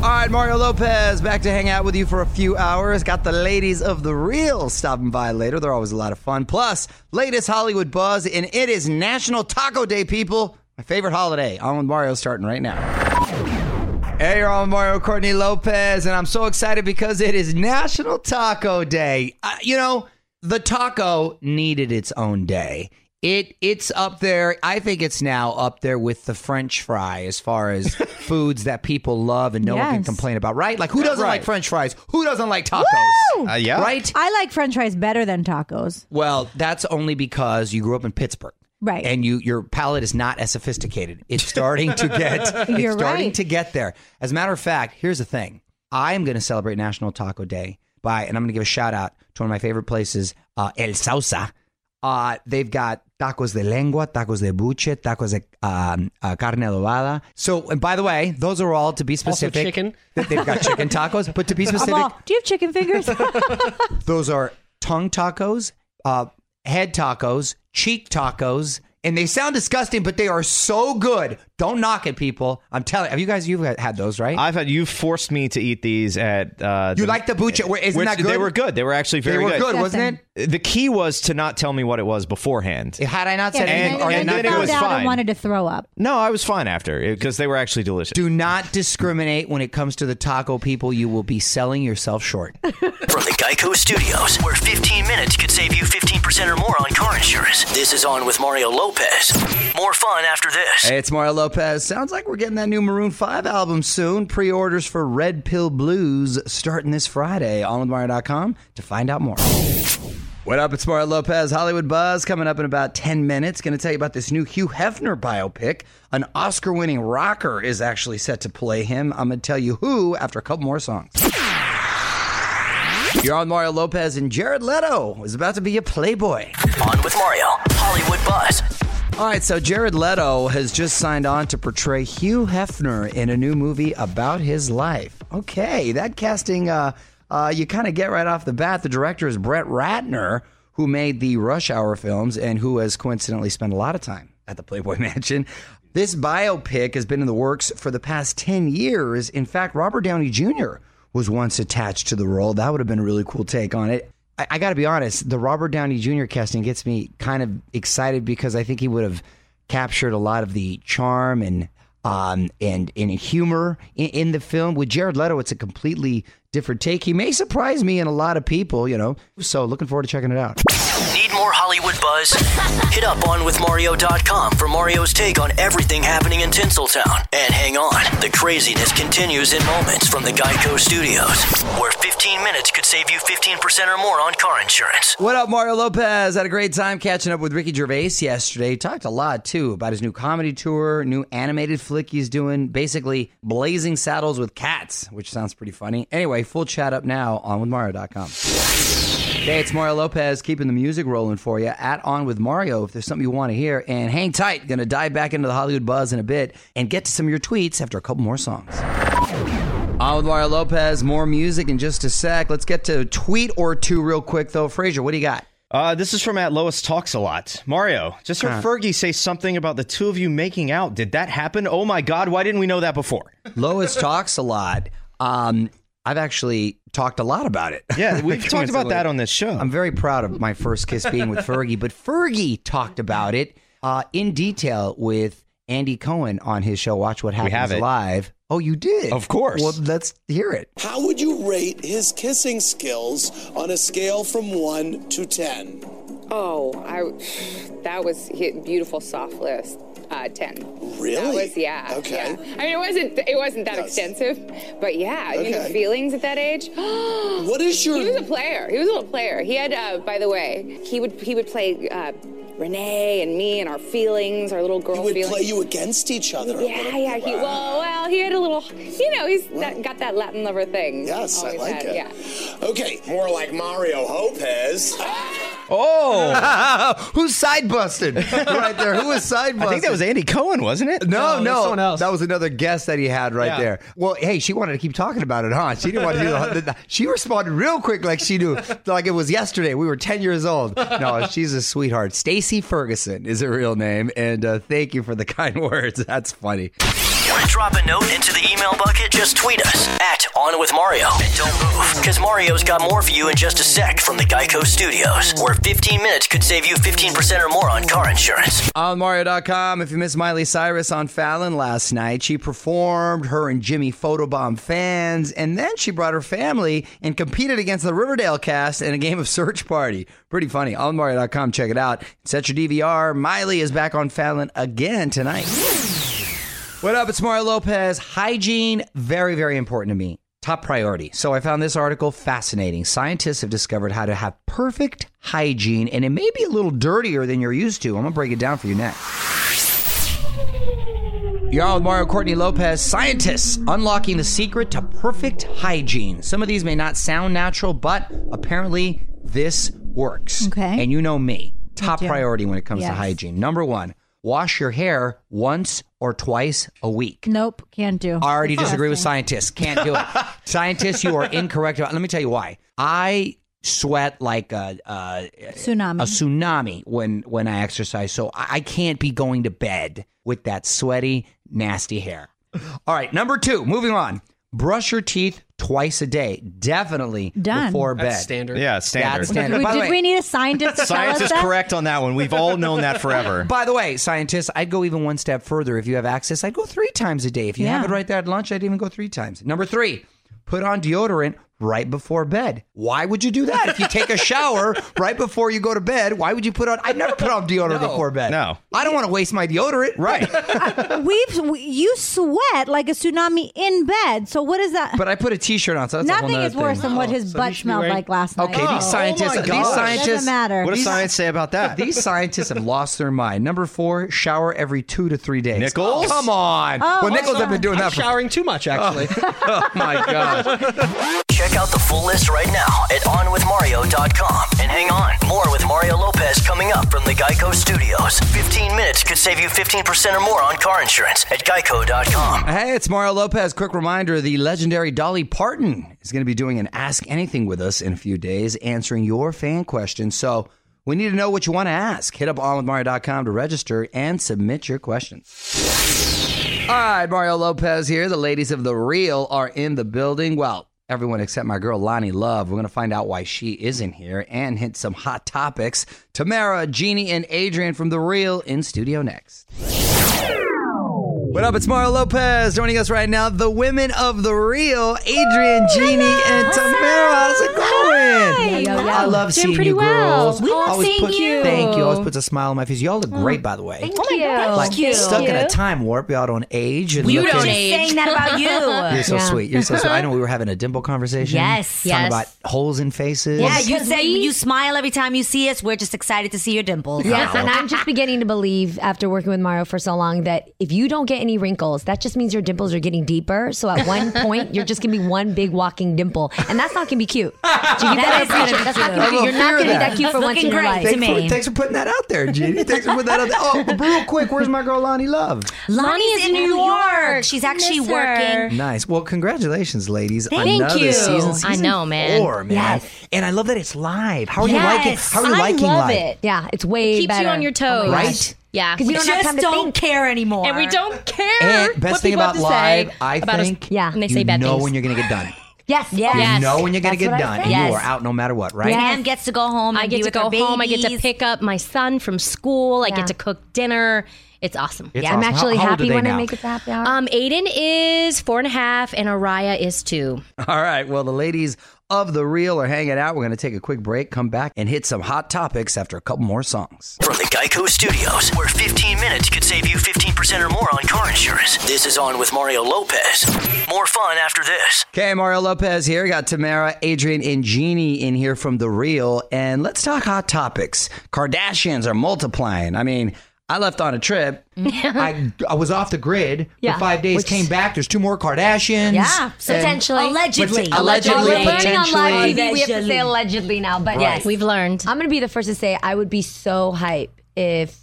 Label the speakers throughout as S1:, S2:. S1: right, Mario Lopez, back to hang out with you for a few hours. Got the ladies of the real stopping by later. They're always a lot of fun. Plus, latest Hollywood buzz, and it is National Taco Day, people. My favorite holiday. On with Mario starting right now. Hey, you're on with Mario Courtney Lopez, and I'm so excited because it is National Taco Day. Uh, you know, the taco needed its own day. It it's up there. I think it's now up there with the French fry as far as foods that people love and no one can
S2: Yes.
S1: complain about. Right? Like who doesn't like
S3: Right.
S1: French fries? Who doesn't like tacos?
S3: Uh, yeah.
S1: Right?
S2: I like French fries better than tacos.
S1: Well, that's only because you grew up in Pittsburgh.
S2: Right.
S1: And you your palate is not as sophisticated. It's starting to get
S2: You're
S1: it's starting
S2: right.
S1: to get there. As a matter of fact, here's the thing. I am going to celebrate National Taco Day by and I'm going to give a shout out to one of my favorite places, uh, El Sausa. Uh, they've got tacos de lengua, tacos de buche, tacos de um, uh, carne adobada. So, and by the way, those are all to be specific.
S4: chicken.
S1: They've got chicken tacos, but to be specific,
S2: Well, do you have chicken fingers?
S1: those are tongue tacos, uh, head tacos, cheek tacos, and they sound disgusting, but they are so good. Don't knock it, people. I'm telling. Have you guys? You've had those, right?
S3: I've had you forced me to eat these at. Uh,
S1: you
S3: the-
S1: like the bucha? wait, Isn't
S3: which-
S1: that good?
S3: They were good. They were actually
S1: They
S3: very
S1: were good,
S2: Disgusting.
S1: wasn't it?
S3: The key was to not tell me what it was beforehand.
S1: Had I not
S2: Yeah,
S1: said
S3: And-
S1: anything, or
S3: and
S2: then
S1: not
S3: it
S2: you
S1: good?
S2: found
S3: was
S2: out
S3: fine.
S2: and wanted to throw up.
S3: No, I was fine after because they were actually delicious.
S1: do not discriminate when it comes to the taco people. You will be selling yourself short.
S5: From the Geico Studios, where 15 minutes could save you 15% or more on car insurance. This is On with Mario Lopez. More fun after this.
S1: Hey, it's Mario Lopez. Sounds like we're getting that new Maroon 5 album soon. Pre orders for Red Pill Blues starting this Friday. OnWithMario.com to find out more. What up? It's Mario Lopez. Hollywood Buzz coming up in about 10 minutes. Going to tell you about this new Hugh Hefner biopic. An Oscar winning rocker is actually set to play him. I'm going to tell you who after a couple more songs. You're on Mario Lopez, and Jared Leto is about to be a playboy.
S5: On with Mario, Hollywood Buzz.
S1: All right, so Jared Leto has just signed on to portray Hugh Hefner in a new movie about his life. Okay, that casting, uh, uh, you kind of get right off the bat. The director is Brett Ratner, who made the Rush Hour films and who has coincidentally spent a lot of time at the Playboy Mansion. This biopic has been in the works for the past 10 years. In fact, Robert Downey Jr. was once attached to the role. That would have been a really cool take on it. I, I got to be honest, the Robert Downey Jr. casting gets me kind of excited because I think he would have captured a lot of the charm and um, and and humor in, in the film. With Jared Leto, it's a completely different take. He may surprise me and a lot of people, you know. So looking forward to checking it out.
S5: Need more Hollywood buzz? Hit up onwithmario.com for Mario's take on everything happening in Tinseltown. And hang on, the craziness continues in moments from the Geico Studios, where 15 minutes could save you 15% or more on car insurance.
S1: What up, Mario Lopez? Had a great time catching up with Ricky Gervais yesterday. Talked a lot too about his new comedy tour, new animated flick he's doing, basically blazing saddles with cats, which sounds pretty funny. Anyway, full chat up now on with Mario.com. Hey, it's Mario Lopez keeping the music rolling for you at On With Mario if there's something you want to hear. And hang tight, gonna dive back into the Hollywood buzz in a bit and get to some of your tweets after a couple more songs. On with Mario Lopez, more music in just a sec. Let's get to a tweet or two real quick though. Frazier, what do you got?
S3: Uh, this is from at Lois Talks a Lot. Mario, just heard Fergie say something about the two of you making out. Did that happen? Oh my God, why didn't we know that before?
S1: Lois talks a lot. Um, I've actually talked a lot about it.
S3: Yeah, we've talked about that on this show.
S1: I'm very proud of my first kiss being with Fergie, but Fergie talked about it uh, in detail with Andy Cohen on his show Watch What Happens
S3: have it.
S1: Live. Oh, you did?
S3: Of course.
S1: Well, let's hear it.
S6: How would you rate his kissing skills on a scale from 1 to 10?
S7: Oh, I that was hi- beautiful soft list. Uh, ten. That
S6: Really?
S7: was yeah.
S6: Okay.
S7: yeah. I mean, it wasn't it wasn't that
S6: Yes.
S7: extensive, but yeah, you know,
S6: Okay.
S7: feelings at that age.
S6: What is your
S7: He was a player. He was a little player. He had, uh, by the way, he would he would play uh, Renee and me and our feelings, our little girl
S6: He would
S7: feelings.
S6: play you against each other.
S7: yeah, yeah. He, well, well, he had a little. You know, he's that, got that Latin lover thing.
S6: Yes, I
S7: Always
S6: like
S7: had,
S6: it.
S7: Yeah.
S6: Okay, more like Mario Lopez.
S3: Oh,
S1: Who's side busted right there? Who was side busted?
S3: I think that was Andy Cohen, wasn't it?
S1: No, no,
S4: No, that's someone else.
S1: that was another guest that he had right
S3: Yeah.
S1: there. Well, hey, she wanted to keep talking about it, huh? She didn't want to do the- the. She responded real quick, like she knew, like it was yesterday. We were ten years old. No, she's a sweetheart. Stacy Ferguson is her real name, and uh, thank you for the kind words. That's funny.
S5: Want to drop a note into the email bucket? Just tweet us at On With Mario. And don't move, because Mario's got more for you in just a sec from the Geico Studios, where 15 minutes could save you 15% or more on car insurance.
S1: On Mario.com, if you missed Miley Cyrus on Fallon last night, she performed her and Jimmy photobomb fans, and then she brought her family and competed against the Riverdale cast in a game of search party. Pretty funny. On Mario.com, check it out. Set your DVR. Miley is back on Fallon again tonight. What up? It's Mario Lopez. Hygiene, very, very important to me. Top priority. So I found this article fascinating. Scientists have discovered how to have perfect hygiene, and it may be a little dirtier than you're used to. I'm going to break it down for you next. You're on with Mario Courtney Lopez, scientists unlocking the secret to perfect hygiene. Some of these may not sound natural, but apparently this works.
S2: Okay.
S1: And you know me, top priority when it comes to
S2: Yes.
S1: hygiene. Number one, wash your hair once or twice a week.
S2: Nope, can't do.
S1: I already disagree with scientists. Can't do it. scientists, you are incorrect. About, let me tell you why. I sweat like a, a,
S2: Tsunami.
S1: a tsunami when when I exercise, so I I can't be going to bed with that sweaty, nasty hair. All right, number two. Moving on. Brush your teeth twice a day, definitely
S2: Done.
S1: before bed.
S4: That's standard.
S3: Yeah, standard.
S1: That's standard.
S2: We-
S1: By the
S2: did
S1: way-
S2: we need a scientist to
S3: Science
S2: tell us
S3: is
S2: that?
S3: correct on that one. We've all known that forever.
S1: By the way, scientists, I'd go even one step further. If you have access, I'd go three times a day. If you have
S2: Yeah.
S1: it right there at lunch, I'd even go three times. Number three, put on deodorant right before bed. Why would you do that? If you take a shower right before you go to bed, why would you put on? I'd never put on deodorant before bed.
S3: No.
S1: I don't want to waste my deodorant.
S3: Right.
S2: We've we, you sweat like a tsunami in bed. So what is that?
S1: But I put a T-shirt on, so that's a whole
S2: Nothing
S1: nother
S2: is worse
S1: thing. Oh,
S2: than what his
S4: so you
S2: butt
S4: should be
S2: smelled
S4: wearing-
S2: like last night. Oh,
S1: Okay, these scientists,
S3: my
S1: these
S3: gosh.
S1: scientists,
S2: Doesn't matter.
S3: what does science say about that?
S1: These scientists have lost their mind. Number four, shower every two to three days.
S3: Nichols?
S1: Come on. well, Nichols have been doing
S4: I'm
S1: that for
S4: showering too much, actually.
S1: Oh my gosh.
S5: Check out the full list right now at onwithmario.com. And hang on, more with Mario Lopez coming up from the Geico Studios. 15 minutes could save you 15% or more on car insurance at geico.com.
S1: Hey, it's Mario Lopez. Quick reminder the legendary Dolly Parton is going to be doing an Ask Anything with us in a few days, answering your fan questions. So we need to know what you want to ask. Hit up onwithmario.com to register and submit your questions. All right, Mario Lopez here. The ladies of The Real are in the building. Well, everyone except my girl Lonnie Love. We're going to find out why she isn't here and hit some hot topics. Tamara, Jeannie, and Adrian from The Real in studio next. What up? It's Mario Lopez joining us right now. The women of the real, Adrian, Jeannie, and Tamara. How's it going?
S2: Yo, yo, yo.
S1: I love
S8: Doing
S1: seeing
S8: pretty
S1: you
S8: well.
S1: girls.
S8: We love
S1: Always
S8: seeing
S1: puts-
S8: you. Mm.
S1: Thank you. Always puts a smile on my face. Y'all look great, by the way.
S8: Thank you.
S9: Oh,
S1: like stuck in a time warp. Y'all don't age. And
S8: You
S1: look
S8: don't
S1: just-
S8: age.
S2: saying that about you.
S1: You're so
S8: Yeah.
S1: sweet. You're so sweet. I know we were having a dimple conversation.
S8: Yes,
S1: Talking
S8: yes.
S1: about holes in faces.
S8: Yeah, you
S9: Because
S8: say
S9: we-
S8: you smile every time you see us. We're just excited to see your dimples.
S9: Yes, and I'm just beginning to believe after working with Mario for so long that if you don't get any wrinkles, that just means your dimples are getting deeper. So at one point, you're just gonna be one big walking dimple, and that's not gonna be cute. So you
S8: That
S9: better
S8: is gonna
S9: appreciate
S8: be
S9: that's not
S8: cute.
S9: gonna be,
S1: I'm
S9: you're not
S1: afraid
S9: gonna
S1: of
S9: be
S1: that.
S9: that cute for
S8: That's
S9: once in
S8: looking
S9: your
S8: great
S9: life.
S8: to
S1: Thanks
S8: me.
S1: for,
S8: Amazing.
S1: thanks for putting that out there, Jeannie. Thanks for putting that out there. Oh, but real quick, where's my girl Lonnie Love?
S8: Lonnie's in New York. She's actually
S9: Miss her.
S8: working.
S1: Nice. Well, congratulations, ladies.
S8: Thank
S1: Another
S8: you.
S1: Season, season
S9: I know, man.
S1: Four, man.
S9: Yes.
S1: And I love that it's live. How are
S8: Yes.
S1: you liking? How are you
S9: I
S1: liking
S9: love
S1: live?
S9: it. Yeah, it's way Keeps you better. on your Oh my toes.
S1: Right?
S9: Yeah, because
S8: We
S9: you don't have
S8: just
S9: time to
S8: don't
S9: think.
S8: care anymore.
S9: And we don't
S8: care.
S1: And best thing about live, I think,
S9: Yeah. And they say
S1: you
S9: bad
S1: know
S9: things.
S1: when you're going to get done.
S9: Yes, yes.
S1: You know when you're going to get
S9: That's what I
S1: done,
S9: said.
S1: and you
S9: Yes.
S1: are out no matter what, right?
S9: Yes.
S8: Pam gets to go home.
S9: I
S8: and
S9: get
S8: be
S9: to
S8: with
S9: go
S8: her
S9: home. I get to
S8: babies.
S9: pick up my son from school. I
S8: Yeah.
S9: get to cook dinner. It's awesome.
S1: It's
S9: yeah.
S1: awesome.
S9: I'm
S1: How-
S9: actually
S1: how old are
S9: happy
S1: they
S9: when
S1: now?
S9: I make it to happy hour.
S8: Um, Aiden is four and a half, and Araya is two.
S1: All right. Well, the ladies of the reel are hanging out. We're going to take a quick break, come back, and hit some hot topics after a couple more songs.
S5: From the Geico Studios, where 15 minutes could save you 15% or more on car insurance. This is On With Mario Lopez. More fun after this.
S1: Okay, Mario Lopez here. Got Tamara, Adrian, and Jeannie in here from The Real. And let's talk hot topics. Kardashians are multiplying. I mean, I left on a trip. I, I was off the grid
S9: Yeah.
S1: for five days.
S9: Which-
S1: came back. There's two more Kardashians.
S9: Yeah.
S1: And-
S8: Potentially.
S4: Allegedly.
S1: But- allegedly,
S9: Well, we're learning on
S1: potentially.
S9: live TV. We have to say
S4: Allegedly.
S9: allegedly now, but yes.
S8: We've learned.
S9: I'm gonna be the first to say I would be so hype if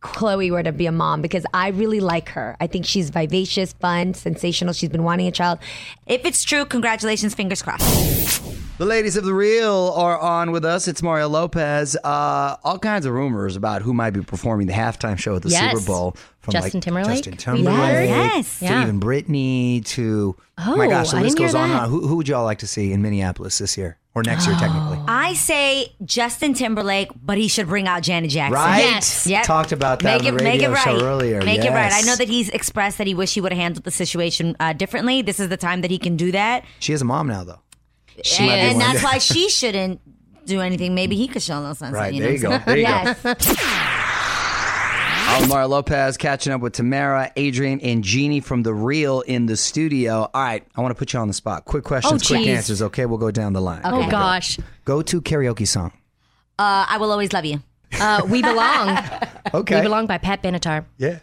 S9: Chloe were to be a mom because I really like her. I think she's vivacious, fun, sensational. She's been wanting a child.
S4: If it's true, congratulations. Fingers crossed.
S1: The ladies of the real are on with us. It's Mario Lopez. Uh, all kinds of rumors about who might be performing the halftime show at the
S8: Yes.
S1: Super Bowl. From
S8: Justin Timberlake?
S1: Justin
S8: We
S1: Timberlake.
S8: heard.
S4: Yes.
S1: To
S8: Yeah.
S1: even Britney. To oh my
S8: Oh,
S1: gosh, the
S8: I
S1: list
S8: didn't hear
S1: goes on. and
S8: that.
S1: on. Who, who would y'all like to see in Minneapolis this year or next year, technically?
S4: I say Justin Timberlake, but he should bring out Janet Jackson.
S1: Right?
S8: Yes.
S4: Yep.
S1: Talked about that
S4: Make
S1: on
S4: it,
S1: the
S4: make
S1: radio
S4: it right.
S1: show earlier.
S4: Make it right. I
S1: Yes.
S4: know that he's expressed that he wish he would have handled the situation uh, differently. This is the time that he can do that,
S1: She has a mom now, though.
S8: She
S4: and,
S8: is.
S4: and that's why she shouldn't do anything. Maybe he could show no sense.
S1: Right,
S4: you
S1: there
S4: know
S1: you
S4: what
S1: go.
S4: I'm
S1: There
S4: saying?
S1: you
S9: Yes.
S1: go. Omar Lopez catching up with Tamara, Adrian, and Jeannie from The Real in the studio. All right, I want to put you on the spot. Quick questions,
S8: Oh,
S1: quick
S8: geez.
S1: answers, okay? We'll go down the line.
S8: Oh gosh.
S1: Go to karaoke song.
S4: Uh, I will always love you.
S8: Uh, we belong.
S1: Okay.
S8: We belong by Pat Benatar.
S1: Yeah.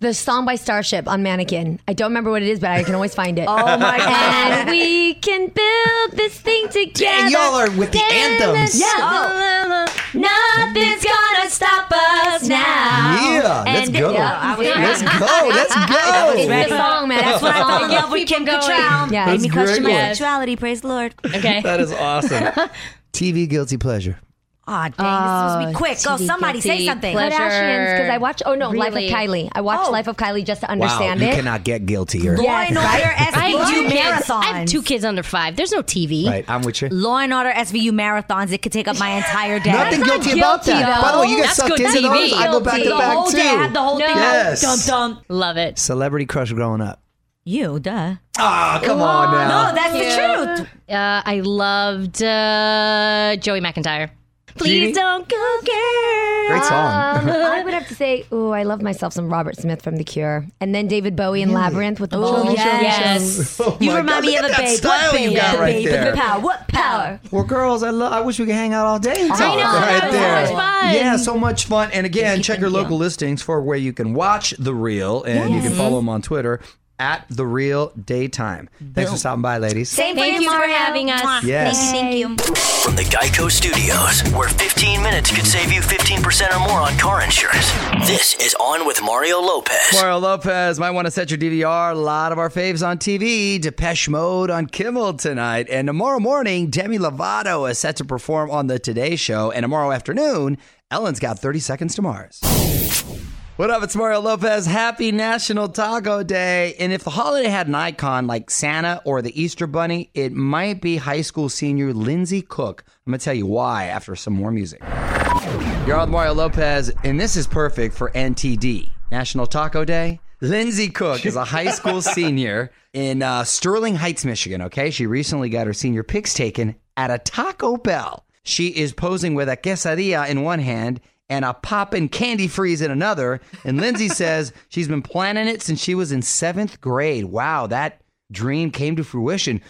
S9: the song by Starship on Mannequin. I don't remember what it is, but I can always find it.
S4: Oh my god.
S9: And we can build this thing together.
S1: y'all are with the anthems.
S9: Yeah. Nothing's gonna stop us now.
S1: Yeah, let's
S9: And-
S1: go.
S9: Yeah, I was-
S1: Let's go. Let's
S9: It's
S1: go.
S9: the song, man. That's
S4: when I fell in
S9: song.
S4: love with Kim
S8: going.
S4: Cattrall.
S9: Yeah.
S4: made me
S1: That's
S4: question my
S1: great.
S4: sexuality. Praise the Lord.
S8: Okay.
S1: That is awesome. TV guilty pleasure.
S4: Aw, Ah, dang, this must be quick. Go,
S8: TV
S4: somebody say
S8: Ah, guilty
S4: something.
S8: pleasure.
S9: because I watched. Oh no, Life of
S8: Really?
S9: Kylie. I watched
S4: Oh.
S9: Life of Kylie just to
S1: Wow,
S9: understand
S1: you
S9: it.
S1: cannot get guiltier.
S4: Law and Order
S8: I have,
S4: SVU
S8: two kids.
S4: marathons.
S8: I have two kids under five. There's no TV.
S1: Right, I'm with you.
S4: Law and Order SVU marathons. It could take up my entire day.
S1: Nothing
S8: not
S1: guilty, about
S8: guilty,
S1: that. By the way, you guys
S8: though.
S1: sucked
S8: That's
S1: into
S8: good
S1: those.
S8: TV.
S1: I go back to
S4: the whole
S1: back too.
S4: day. I had the whole thing.
S1: Yes.
S4: Dum dum.
S8: Love it.
S1: Celebrity crush growing up.
S4: You duh.
S1: Ah, come on now.
S4: No, that's the truth.
S8: Uh, I loved uh, Joey McIntyre. Please
S1: Jeannie?
S8: don't go girl.
S1: Great song.
S9: I would have to say, ooh, I love myself some Robert Smith from The Cure, and then David Bowie in Labyrinth with the
S4: Oh,
S9: ball.
S4: yes.
S1: Oh my
S4: You
S1: God,
S4: remind me
S1: look
S4: of a
S1: at that
S4: babe.
S1: style
S4: What
S1: you
S4: babe?
S1: got
S4: The
S1: right
S4: babe
S1: there.
S4: with the power. What power?
S1: Well, girls, I love. I wish we could hang out all day. And talk
S8: know, that was so much fun.
S1: Yeah, so much fun. And again, check your local listings for where you can watch the real, and you can follow them on Twitter at the real daytime. Thanks for stopping by, ladies.
S4: Same for
S8: Thank
S4: you
S8: you for
S4: Mario.
S8: having us.
S4: Mwah.
S1: Yes.
S4: Thank you.
S5: From the Geico Studios, where 15 minutes could save you 15% or more on car insurance. This is On with Mario Lopez.
S1: Mario Lopez might want to set your DVR. A lot of our faves on TV. Depeche Mode on Kimmel tonight. And tomorrow morning, Demi Lovato is set to perform on The Today Show. And tomorrow afternoon, Ellen's got 30 Seconds to Mars. What up? It's Mario Lopez. Happy National Taco Day. And if the holiday had an icon like Santa or the Easter Bunny, it might be high school senior Lindsay Cook. I'm going to tell you why after some more music. You're on with Mario Lopez, and this is perfect for NTD, National Taco Day. Lindsay Cook is a high school senior in uh, Sterling Heights, Michigan. Okay, she recently got her senior pics taken at a Taco Bell. She is posing with a quesadilla in one hand and a poppin' candy freeze in another. And Lindsay says she's been planning it since she was in seventh grade. Wow, that dream came to fruition.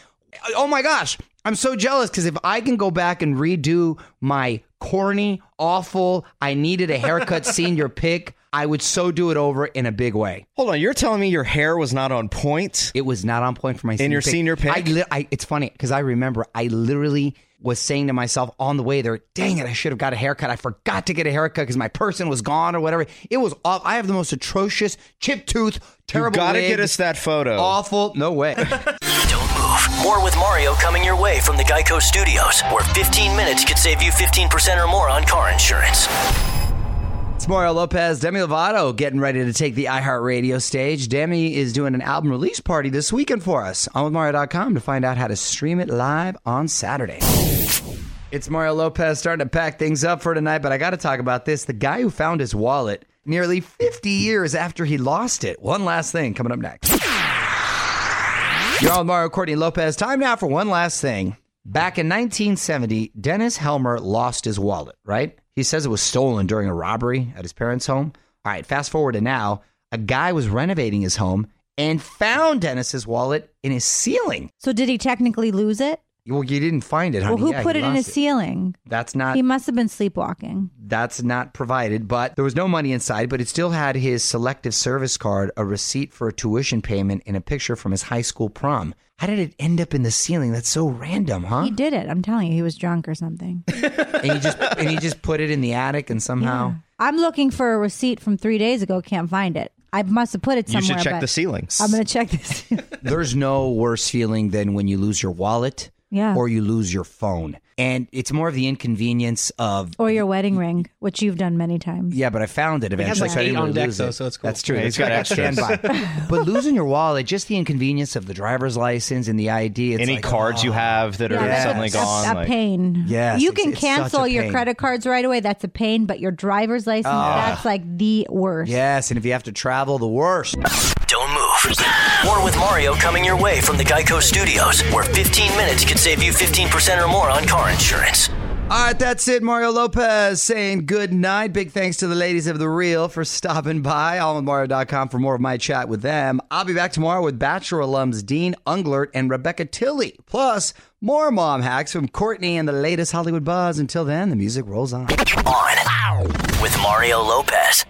S1: Oh my gosh, I'm so jealous because if I can go back and redo my corny, awful, I needed a haircut senior pick, I would so do it over in a big way.
S3: Hold on, you're telling me your hair was not on point?
S1: It was not on point for my senior
S3: your senior pick?
S1: I li- I, it's funny because I remember I literally was saying to myself on the way there, dang it, I should have got a haircut. I forgot to get a haircut because my person was gone or whatever. It was off. I have the most atrocious chipped tooth, terrible.
S3: gotta
S1: wig,
S3: get us that photo.
S1: Awful. No way.
S5: Don't move. More with Mario coming your way from the Geico Studios, where 15 minutes could save you 15% or more on car insurance.
S1: It's Mario Lopez, Demi Lovato getting ready to take the iHeartRadio stage. Demi is doing an album release party this weekend for us on with Mario.com to find out how to stream it live on Saturday. It's Mario Lopez starting to pack things up for tonight, but I got to talk about this. The guy who found his wallet nearly 50 years after he lost it. One last thing coming up next. You're on with Mario Courtney Lopez. Time now for one last thing. Back in 1970, Dennis Helmer lost his wallet, right? He says it was stolen during a robbery at his parents' home. All right, fast forward to now. A guy was renovating his home and found Dennis's wallet in his ceiling.
S2: So did he technically lose it?
S1: Well, you didn't find it, honey.
S9: Well, who
S1: Yeah, he
S9: put it in his
S1: lost
S9: ceiling?
S1: That's not
S9: He must have been sleepwalking.
S1: that's not provided, but there was no money inside, but it still had his selective service card, a receipt for a tuition payment, and a picture from his high school prom. How did it end up in the ceiling? That's so random, huh?
S9: He did it. I'm telling you, he was drunk or something.
S1: and he just and he just put it in the attic and somehow
S9: I'm looking for a receipt from three days ago. Can't find it. I must have put it
S3: You
S9: somewhere.
S3: should check
S9: but
S3: the ceilings.
S9: I'm gonna check this.
S1: there's no worse feeling than when you lose your wallet
S9: Yeah.
S1: or you lose your phone. And it's more of the inconvenience of
S9: or your wedding ring, which you've done many times.
S1: Yeah, but I found it eventually.
S10: like
S1: so I didn't
S10: eight on
S1: really
S10: deck,
S1: lose
S10: though,
S1: it.
S10: so it's cool.
S1: That's true.
S10: Yeah,
S1: That's
S3: he's got
S1: right. I
S3: extras.
S1: stand by. but losing your wallet, just the inconvenience of the driver's license and the ID. It's
S3: Any
S1: like,
S3: cards
S1: oh.
S3: you have that are
S9: that's
S3: suddenly
S9: a,
S3: gone?
S9: A, a
S3: like-
S9: pain.
S1: Yes,
S9: you
S1: it's-
S9: can
S1: it's such a
S9: cancel your
S1: pain. Ah.
S9: credit cards right away. That's a pain. But your driver's license, that's like the worst.
S1: Yes, and if you have to travel, the worst.
S5: Don't move. More with Mario coming your way from the Geico Studios, where 15 minutes could save you 15% or more on car insurance.
S1: All right, that's it. Mario Lopez saying good night. Big thanks to the ladies of The Real for stopping by. AllMario.com for more of my chat with them. I'll be back tomorrow with Bachelor alums Dean Unglert and Rebecca Tilley. Plus, more mom hacks from Courtney and the latest Hollywood buzz. Until then, the music rolls on.
S5: On with Mario Lopez.